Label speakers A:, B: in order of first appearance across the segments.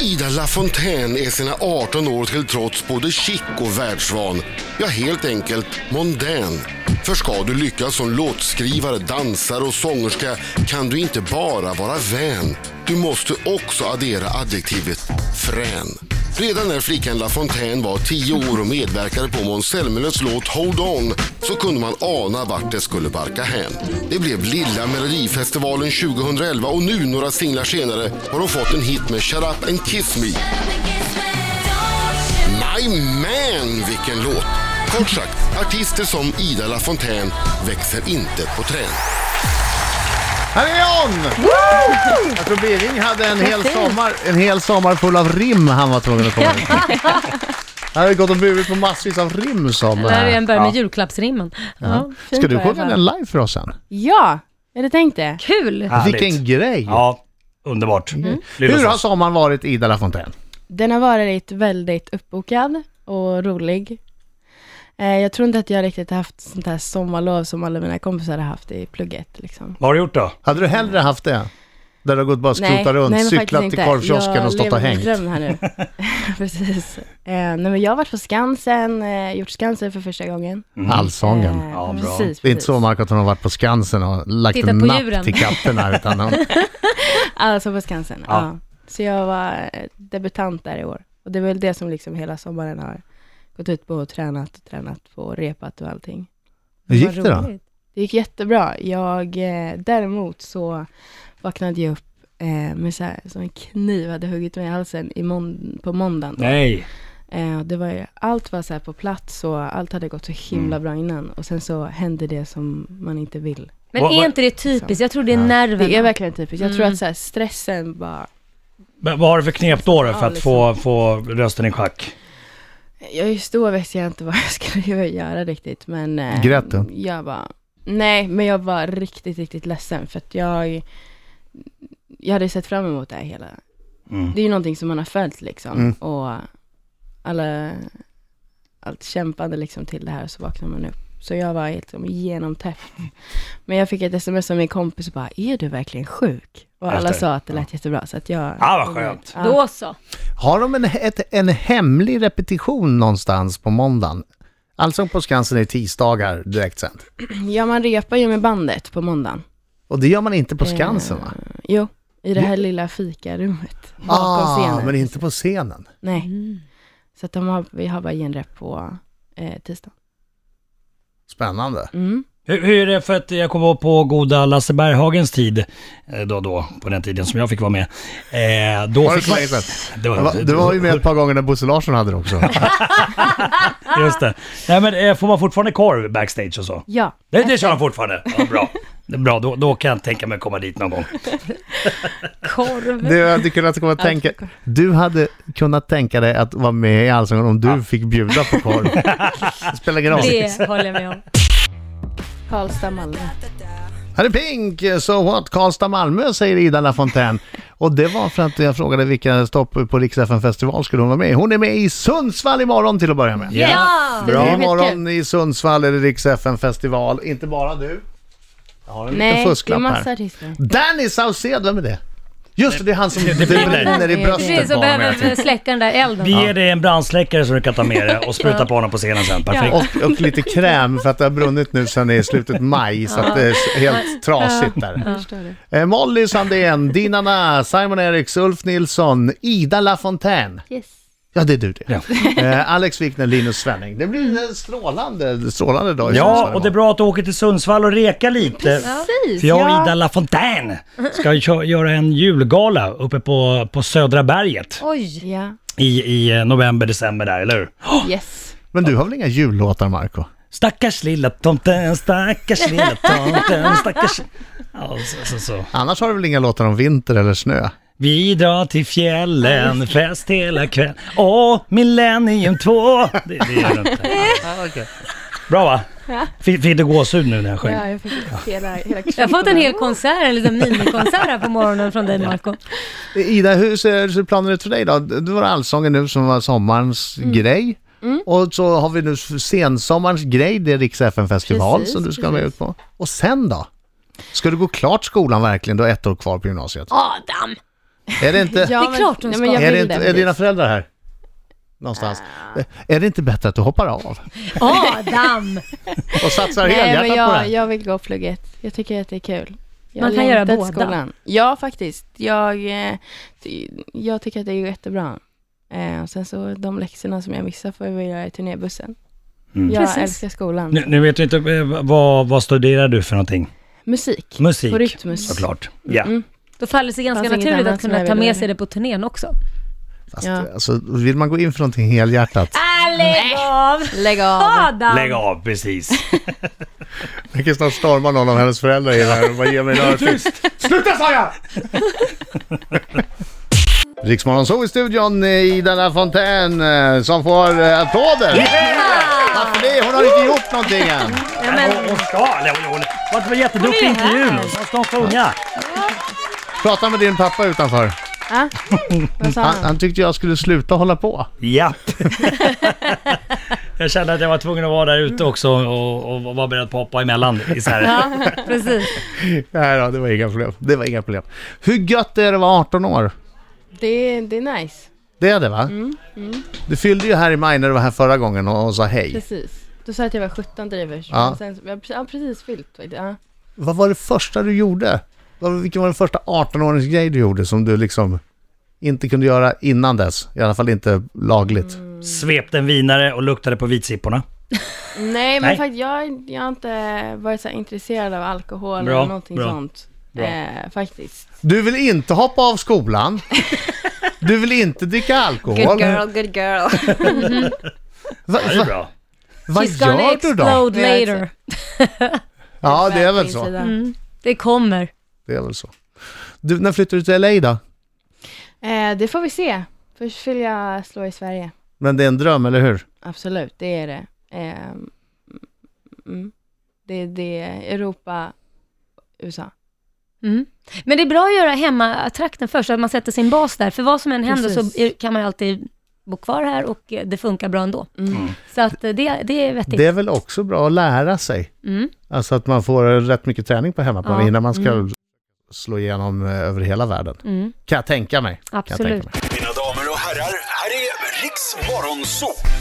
A: Ida Lafontaine är sina 18 år till trots både chic och världsvan. Ja, helt enkelt mondän. För ska du lyckas som låtskrivare, dansare och sångerska kan du inte bara vara vän. Du måste också addera adjektivet frän. Redan när flickan Lafontaine var 10 år och medverkade på Måns Zelmerlöws låt Hold On så kunde man ana vart det skulle barka hän. Det blev Lilla Melodifestivalen 2011 och nu, några singlar senare, har hon fått en hit med Shut Up and Kiss Me. My man, vilken låt! Kort sagt, artister som Ida Lafontaine växer inte på trän.
B: Här är hon! Jag tror Birging hade en hel,
C: Grattis.
B: sommar, en hel sommar full av rim han var tvungen att komma med. Han hade gått och burit på massvis av rim som...
C: Där är en börjar med
B: Äh, ja.
C: julklappsrimmen. Ja.
D: Fint
B: Ska du
D: var det
B: sjunga
D: där.
B: den live för oss sen?
D: Ja, jag hade tänkt det.
C: Kul!
E: Härligt.
B: Vilken grej!
E: Ja, underbart. Mm. Lilla
B: Hur har
E: sås.
B: sommaren varit Ida Lafontaine?
D: Den har varit väldigt uppbokad och rolig. Eh, Jag tror inte att jag riktigt har haft sånt här sommarlov som alla mina kompisar har haft i plugget. Liksom.
E: Vad har du gjort då?
B: Hade du hellre haft det? Där du har gått bara och skrotat runt,
D: men faktiskt
B: cyklat till
D: inte.
B: korvkiosken och stått och hängt?
D: Jag lever min dröm här nu. Precis. Eh, nej, men jag har varit på Skansen, eh, gjort Skansen för första gången.
B: Allsången.
D: Eh,
E: Ja, bra.
D: Precis,
B: Det är
D: precis.
B: inte så Mark att hon har varit på Skansen och lagt
C: Tittat
B: en
C: på
B: napp
C: djuren.
B: till katterna utan hon,
D: Alltså på Skansen,
E: Ja.
D: ja. Så jag var eh, debutant där i år. Och det är väl det som liksom hela sommaren har gått ut på och tränat och tränat på och repat och allting.
B: Hur gick
C: Vad
B: det då?
C: roligt.
D: Det gick jättebra. Jag, eh, däremot så vaknade jag upp eh, med så här, som en kniv hade huggit mig i halsen i mån- på måndagen.
E: Nej.
D: Eh, och det var ju, allt var så här på plats och allt hade gått så himla bra innan. Och sen så hände det som man inte vill.
C: Men
E: Vad- vad-
C: är inte det typiskt? Jag tror det är nerven.
D: Det är verkligen Mm. typiskt. Jag tror att så här, stressen bara
E: Men vad har du för knep då, då för
D: Ja,
E: att få, få rösten i schack?
D: Jag är ju stor visste jag inte vad jag skulle göra riktigt men... eh,
B: Grät du?
D: Jag bara... Nej, men jag var riktigt, riktigt ledsen för att jag... Jag hade sett fram emot det här hela.
E: Mm.
D: Det är ju någonting som man har följt liksom
B: Mm.
D: och alla... Allt kämpande liksom till det här och så vaknar man upp. Så jag var helt som genomtäppt. Men jag fick ett sms av min kompis och bara, är du verkligen sjuk? Och alla
E: Efter.
D: sa att det lät jättebra så att jag...
E: Ah, vad skönt.
D: Ja.
C: Då så.
B: Har de en, ett, en hemlig repetition någonstans på måndagen? Allsång på Skansen är tisdagar direktsänd.
D: Ja, man repar ju med bandet på måndagen.
B: Och det gör man inte på Skansen va?
D: Jo, i det här lilla fikarummet Eh, bakom
B: Ah,
D: scenen.
B: men inte på scenen.
D: Nej, så att de har, vi har bara genrep på eh, tisdag.
B: Spännande.
D: Mm.
E: Hur, hur är det för att jag kommer ihåg på goda Lasse Berghagens tid, eh, då och då, på den tiden som jag fick vara med. Eh, då
B: Var det
E: fick
B: så
E: man-
B: länge sedan?
E: Det
B: Va, Du var ju med ett par gånger när Bosse Larsson hade det också.
E: Just det. Nej men eh, får man fortfarande korv backstage och så?
D: Ja,
E: Det, det kör de fortfarande. Ja, bra. Det är bra, då, då kan jag tänka mig att komma dit någon gång.
C: Korv.
B: Du hade kunnat komma och tänka, du hade kunnat tänka dig att vara med i Allsången om du fick bjuda på korv. Det spelar ingen roll.
C: Det håller jag med om.
D: Karlstad, Malmö.
B: Här är Pink, So What, Karlstad, Malmö säger Ida Lafontaine. Och det var för att jag frågade vilka stopp på Rix FM festival skulle hon vara med i. Hon är med i Sundsvall imorgon till att börja med.
C: Ja!
B: Bra.
D: skitkul.
B: Imorgon i Sundsvall är det Rix FM festival. Inte bara du. Jag har en liten
D: Nej, det är
B: fusklapp
D: massa
B: här.
D: artister.
B: Danny Saucedo, vem är det? Just det, det är han som det,
E: brinner.
B: brinner i bröstet
C: Precis, så
B: på honom.
C: behöver
B: hela tiden.
C: vi släcka den där elden.
E: Vi ger dig en brandsläckare som du kan ta med dig och spruta på honom på scenen sen. Perfekt.
B: Och, och lite kräm för att det har brunnit nu sedan i slutet maj så att det är helt trasigt där.
D: Förstår du?
B: Eh, Molly Sandén, Dina Na, Simon Eriks, Ulf Nilsson, Ida Lafontaine.
D: Yes.
B: Ja, det är du det.
E: Ja.
B: Eh, Alex Wikner, Linus Svenning. Det blir en strålande, strålande dag i
E: Ja,
B: Sundsvall
E: och det är
B: imorgon.
E: bra att du åker till Sundsvall och rekar lite.
D: Precis,
E: För jag och
D: ja.
E: Ida Lafontaine ska ju kö- göra en julgala uppe på, på Södra berget
C: Oj!
D: Ja,
E: i, i eh, november, december där, eller hur?
D: yes.
B: Men du har väl inga jullåtar, Marco?
E: Stackars lilla tomten, stackars lilla tomten, stackars... Ja, så, så, så.
B: Annars har du väl inga låtar om vinter eller snö?
E: Vi drar till fjällen, fest hela kvällen. Åh, Millennium 2! Det, det är det inte. Bra va? Fick fick du gåshud nu när jag sjöng?
D: Ja, jag fick hela, hela
C: Jag har fått en hel konsert, en liten minikonsert här på morgonen från dig Marco.
B: Ida, hur ser, ser planen ut för dig då? Det var allsången nu som var sommarens
D: Mm.
B: grej. Och så har vi nu sensommarens grej, det är Rix FN-festival
D: Precis,
B: som du ska med ut på. Och sen då? Ska du gå klart skolan verkligen? Du har ett år kvar på gymnasiet.
C: Adam!
B: Är det inte...
C: Det är klart hon
D: nej,
C: ska.
D: Men jag
B: är, det
D: vill
B: inte
D: det, Ah.
B: är dina
D: precis.
B: föräldrar här? Någonstans. Är det inte bättre att du hoppar av
C: Adam!
B: och satsar
D: Nej, men
B: helhjärtat på det
D: jag,
B: här?
D: jag vill gå plugg ett. Jag tycker att det är kul. Jag
C: Man kan göra
D: längtar till
C: båda.
D: Skolan. Ja, faktiskt. Jag, eh, ty- jag tycker att det är jättebra. Eh, och sen så de läxorna som jag missar får jag göra i turnébussen. Jag
C: Precis.
D: älskar skolan.
E: Nu, nu vet jag inte, eh, vad, vad studerar du för någonting?
D: Musik.
E: Musik.
D: På rytmus.
E: Såklart. Ja.
D: Mm.
C: Då faller det sig ganska
D: Fanns inget
C: naturligt att
D: annat som
C: kunna
D: jag
C: ta
D: ville.
C: med sig det på turnén också.
B: Fast,
D: ja.
B: alltså, vill man gå in för någonting helhjärtat?
C: Lägg av!
D: Äh, Lägg av.
C: Adam!
E: Mm. Lägg av, precis.
B: Jag kan snart storma någon av hennes föräldrar i det här och bara ge mig en örfil. Sluta sa jag! Riksmorgon så i studion eh, i denna fontän eh, som får eh, applåder. Varför det? Hon har inte gjort någonting än.
C: Ja,
E: Hon,
C: men,
E: hon ska, eller hon, hon, hon, hon var jätteduktig i
C: Hon är här.
E: intervjun. Hon ska hon sjunga.
B: Prata med din pappa utanför.
D: Ah, vad sa
B: Han,
D: han?
B: han tyckte jag skulle sluta hålla på.
E: Ja. jag kände att jag var tvungen att vara där ute också och, och vara beredd på att hoppa emellan. i Så här.
C: precis.
B: Nej då, det var inga problem. Det var inga problem. Hur gött är det att vara 18 år?
D: Det, det är nice.
B: Det är det va? Du fyllde ju här i maj när du var här förra gången och, och sa hej.
D: Precis. Du sa att jag var 17 drivers.
B: Ja.
D: men Sen, jag har precis fyllt. Ja.
B: Vad var det första du gjorde? Vad- Vilken var den första 18-åringsgrej du gjorde som du liksom inte kunde göra innan dess? I alla fall inte lagligt.
E: Mm. Svepte en vinare och luktade på vitsipporna.
D: Nej, men
E: Nej.
D: faktiskt jag, jag har inte varit så här intresserad av alkohol
E: Bra,
D: eller någonting
E: bra,
D: sånt.
E: bra.
D: Eh, faktiskt.
B: Du vill inte hoppa av skolan. Du vill inte dricka alkohol.
D: Good girl, good girl.
B: Va,
E: Ja, det är
B: va,
E: bra.
B: vad
C: She's gonna
B: gör du då?
C: explode
D: Jag vet
C: later. Mm.
B: Ja, det är väl
D: Min
B: så.
D: sida.
C: Det kommer.
B: Det är väl så. Du, när flyttar du till LA då?
D: Eh, det får vi se. Först vill jag slå i Sverige.
B: Men det är en dröm, eller hur?
D: Absolut, det är det. Eh, mm. det, det är Europa, USA.
C: Mm. Men det är bra att göra hemmatrakten först, så att man sätter sin bas där. För vad som än händer
D: Precis.
C: så är- kan man ju alltid bo kvar här och eh, det funkar bra ändå.
D: Mm.
C: Så att eh, det, det är vettigt.
B: Det är väl också bra att lära sig.
C: Mm.
B: Alltså att man får rätt mycket träning på hemmaplan
C: Ja.
B: innan man ska slå igenom eh, över hela världen.
C: Mm.
B: Kan jag tänka mig. Kan jag
C: Absolut.
B: tänka mig.
F: Mina damer och herrar, här är Riks Morgonzoo!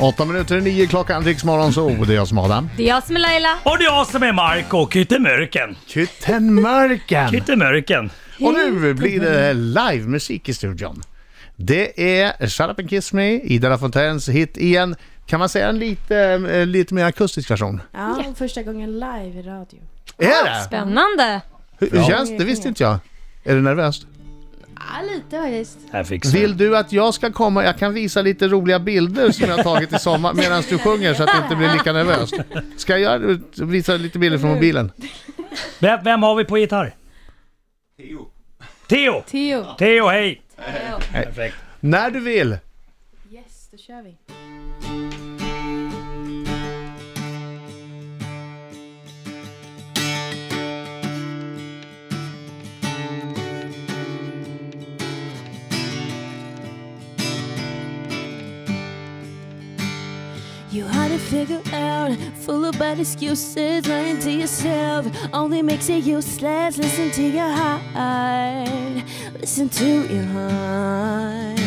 B: Åtta minuter i nio klockan, Riksmorgon så det är jag som Adam.
C: Det är jag som är Laila.
E: Och det är jag som är Marco Kyttemörken.
B: Kyttenmörken!
E: Kyttemörken.
B: Och nu blir det livemusik i studion. Det är Shut Up and Kiss Me, Ida Lafontaines hit igen. Kan man säga en lite, eh, lite mer akustisk version?
G: Ja, första gången live i radio.
B: Är det?
C: Spännande.
B: Hur, hur känns det? Det visste inte jag. Är du nervös?
G: Ja, lite faktiskt.
E: Här fixar vi.
B: Vill du att jag ska komma? Jag kan visa lite roliga bilder som jag har tagit i sommar medan du sjunger så att det inte blir lika nervöst. Ska jag göra det? visa lite bilder från mobilen?
E: Vem, vem har vi på gitarr? Theo. Theo!
G: Theo.
E: Theo, hej! Perfekt.
B: När du vill!
G: Yes, då kör vi. You had to figure out, full of bad excuses, lying to yourself only makes you useless. Listen to your heart, listen to your heart.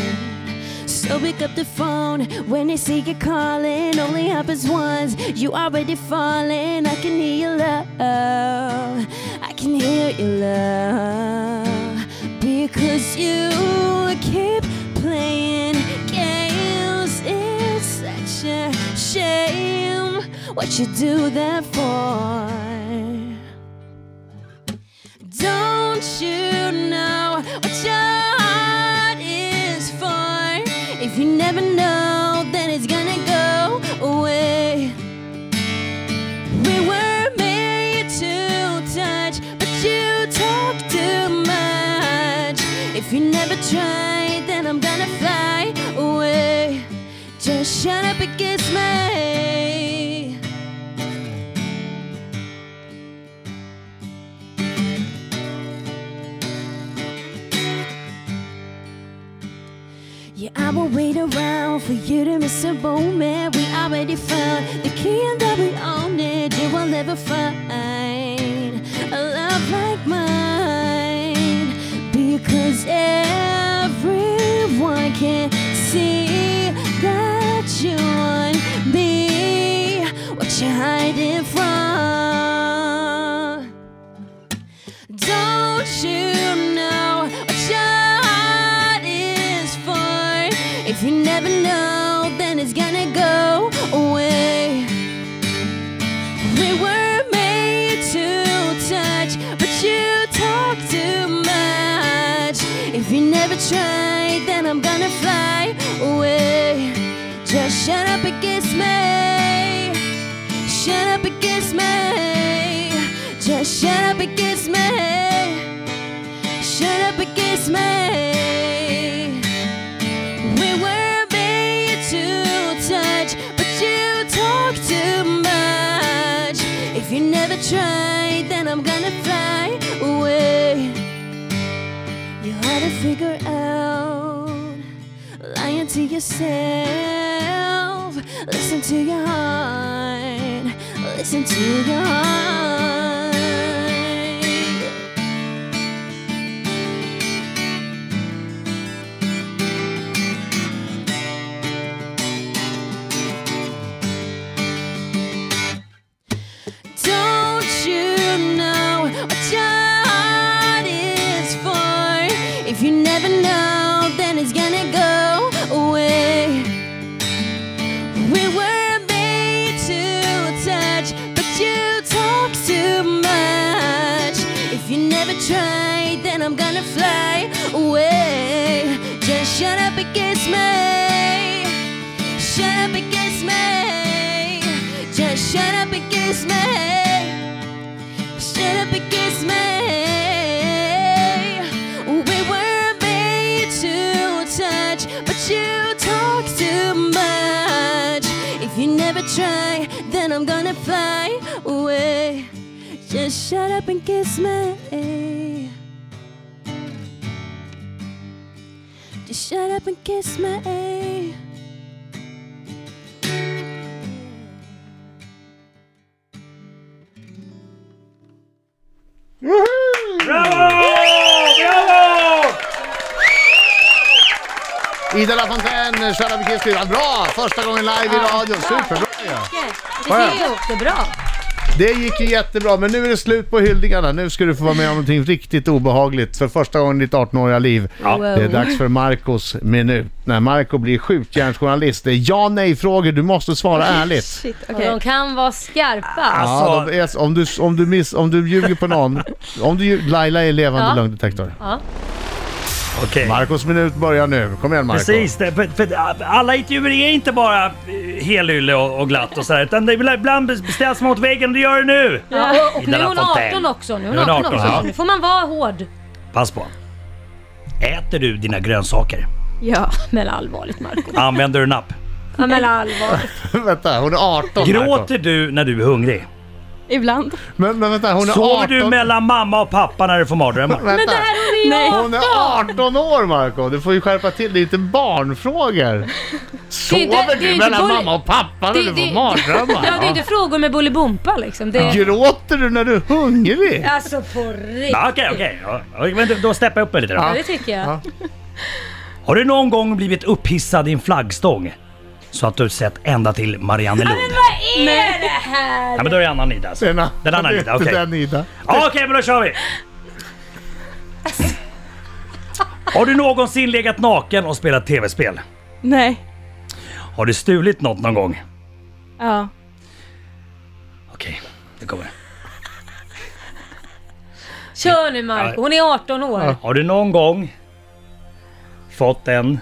G: So pick up the phone when they see you calling. Only happens once, you already falling. I can hear your love, I can hear your love because you keep playing games. It's such a shame what you do that for. Don't you know what your heart is for? If you never know, then it's gonna go away. We were made to touch, but you talk too much. If you never try, then I'm gonna fly away. Just shut up and kiss me. Yeah, I will wait around for you to miss a moment. We already found the key and that we own it. You will never find a love like mine. Because cause everyone can see that you want be what you're hiding from. Don't you know what your heart is for? If you never know, then it's gonna go away. We were made to touch, but you talk too much. If you never try, then I'm gonna fly away. Just shut up and kiss me. Shut up and kiss me. Just shut up and kiss me. Shut up and kiss me. We were made to touch, but you talk too much. If you never try, then I'm gonna fly away. You ought to figure out, lying to yourself. Listen to your heart, listen to your heart. Don't you know what your heart is for? If you never know, then it's gonna go away. We were made to touch, but you talk too much. If you never try, then I'm gonna fly away. Just shut up and kiss me. Shut up and kiss me. Just shut up and kiss me. Shut up and kiss me. We were made to touch, but you talk too much. If you never try, then I'm gonna fly away. Just shut up and kiss me. Just shut up and kiss me.
B: Ida Lafontaine, Shut Up and Kiss Me. Ja, Bra! Första gången live i radio. Superbra ju.
C: Det gick jättebra.
B: Det gick ju jättebra, men nu är det slut på hyllningarna. Nu ska du få vara med om någonting riktigt obehagligt för första gången i ditt 18-åriga liv. Det är dags för Marcos minut. När Marco blir skjutjärnsjournalist. Det är ja nej-frågor, du måste svara ärligt.
D: Shit, okej.
C: Och de kan vara skarpa.
B: Ja,
E: Alltså,
B: de är, om, du, om, du miss, om du ljuger på någon. Om du, ljug- Laila är levande
C: Ja.
B: lögndetektor.
E: Okej.
B: Marcos minut börjar nu. Kom igen Marco.
E: Precis, det, för, för alla intervjuer är inte bara eh, helylle och, och glatt och sådär. Utan det, är ibland beställs mot väggen och det gör det nu.
C: Ja, och, och nu är hon
E: Ida Lafontaine.
C: 18 också. Nu är
E: Nu är
C: hon
E: hon
C: 18 också.
E: 18, ja.
C: Nu får man vara hård.
E: Pass på. Äter du dina grönsaker?
D: Ja.
C: Men allvarligt Marco.
E: Använder du en app?
C: Ja, men allvarligt.
B: vänta, hon är 18 Marco.
E: Gråter du när du är hungrig?
D: Ibland.
B: Men, men vänta, hon är
E: Sover
B: 18.
E: du mellan mamma och pappa när du får mardrömmar?
C: Men det
B: Vänta.
C: här är ju jag.
B: Hon är 18 år Marco, du får ju skärpa till det är inte barnfrågor. Sover
C: det- det är
B: du
C: ju
B: mellan
C: bull-
B: mamma och pappa när
C: det-
B: du
C: det-
B: får mardrömmar?
C: Ja, det är inte frågor med Bolibompa liksom. Det är...
B: Gråter du när du är hungrig?
C: Alltså på riktigt.
E: Ja, Okej, okej. Ja, ja, men då- Då steppar jag upp mig lite
C: Ja,
E: då.
C: det tycker jag.
B: Ja.
E: Har du någon gång blivit upphissad i en flaggstång? Så att du sett ända till Mariannelund?
C: Vad är det här?
E: Ja men då är det annan Ida alltså.
B: Den,
E: Den andra Ida, okej.
B: Den Ida.
E: Ja, Okej, men då kör vi! Har du någonsin legat naken och spelat tv-spel?
D: Nej.
E: Har du stulit något någon gång?
D: Ja.
E: Okej, det kommer.
C: Kör nu Marco, hon är 18 år.
E: Har du någon gång fått en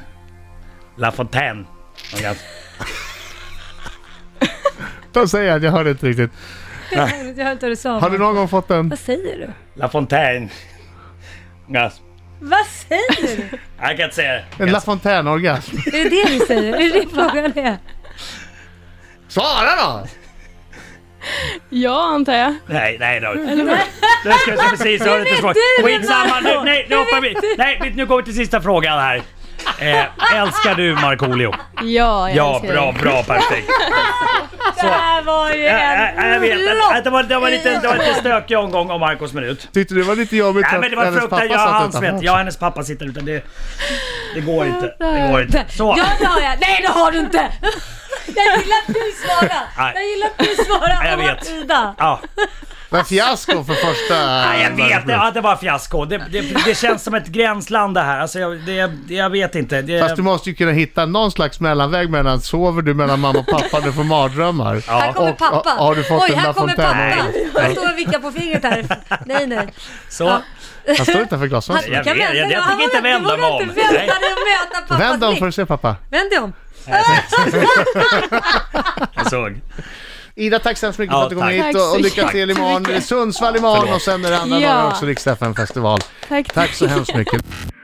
E: La Fontaine? Någon gans-
B: De säger att jag hörde inte riktigt.
C: Jag hörde inte vad du sa.
B: Har du
C: Marco.
B: någon gång fått en...
C: Vad säger du?
E: La Fontaine. Någon gans-
C: Vad säger du?
E: Jag kan inte säga det.
B: En La Fontaine-orgasm?
C: Är det det du säger? Är det det frågan är?
B: Svara då!
D: Ja, antar jag.
E: Nej, nej då. Nu ska vi se precis, jag har lite svårt.
C: du det,
E: Skitsamma, nu,
C: Marco?
E: nej, nu hoppar vi. Nej, nu går vi till sista frågan här. Eh, älskar du Markoolio?
D: Ja, jag
E: Ja,
D: älskar
E: bra,
D: det.
E: bra, perfekt.
C: Det här var ju
E: Ja, ja, ja, jag vet
C: en
E: att, att det var, det var lite, det var lite stökig omgång om Marcos minut.
B: Tyckte du det var lite jobbigt
E: Nej men det var
B: hennes
E: fruktansvärt,
B: pappa
E: ja,
B: satt
E: hans
B: utanför
E: vet,
B: också?
E: ja hennes pappa sitter utan det, det går inte. Det går inte. Så.
C: Ja det har jag. Nej det har du inte. Jag gillar att du svarar.
E: Nej.
C: Jag gillar att du svarar.
E: Nej, jag
C: och
E: vet.
C: Ida.
E: Ja,
B: Men fiasko för första...
E: Nej, jag vet det, ja, det var fiasko. Det, det, det känns som ett gränsland det här. Alltså, jag, det, det- jag vet inte. Det,
B: Fast du måste ju kunna hitta någon slags mellanväg mellan sover du mellan mamma och pappa du får mardrömmar.
C: Här kommer
B: Och-
C: pappa.
B: och- har du fått
C: Oj,
B: en
C: här
B: La
C: kommer
B: Fontaine?
C: pappa.
B: Nej.
C: Jag står och vickar på fingret här. Nej, nej.
E: så,
B: Han står utanför
C: Han,
B: glasfönstret.
E: Jag vet, jag- jag
C: han
E: tänker inte
C: vågar
E: vända mig
C: vågar
E: om.
C: inte vända
E: Nej.
C: dig och möta pappas
B: Vänd om
C: blick.
B: för att se pappa.
C: Vänd dig om.
E: jag såg.
B: Ida, tack så hemskt mycket
E: Ja,
B: för att du kom
E: tack.
B: hit och, och
D: Tack så
B: lycka till
D: jättemycket.
B: imorgon. Sundsvall imorgon
E: Förlåt.
B: och sen är det andra
D: Ja.
B: dagen också riksdag festival
D: Tack.
B: Tack så hemskt mycket.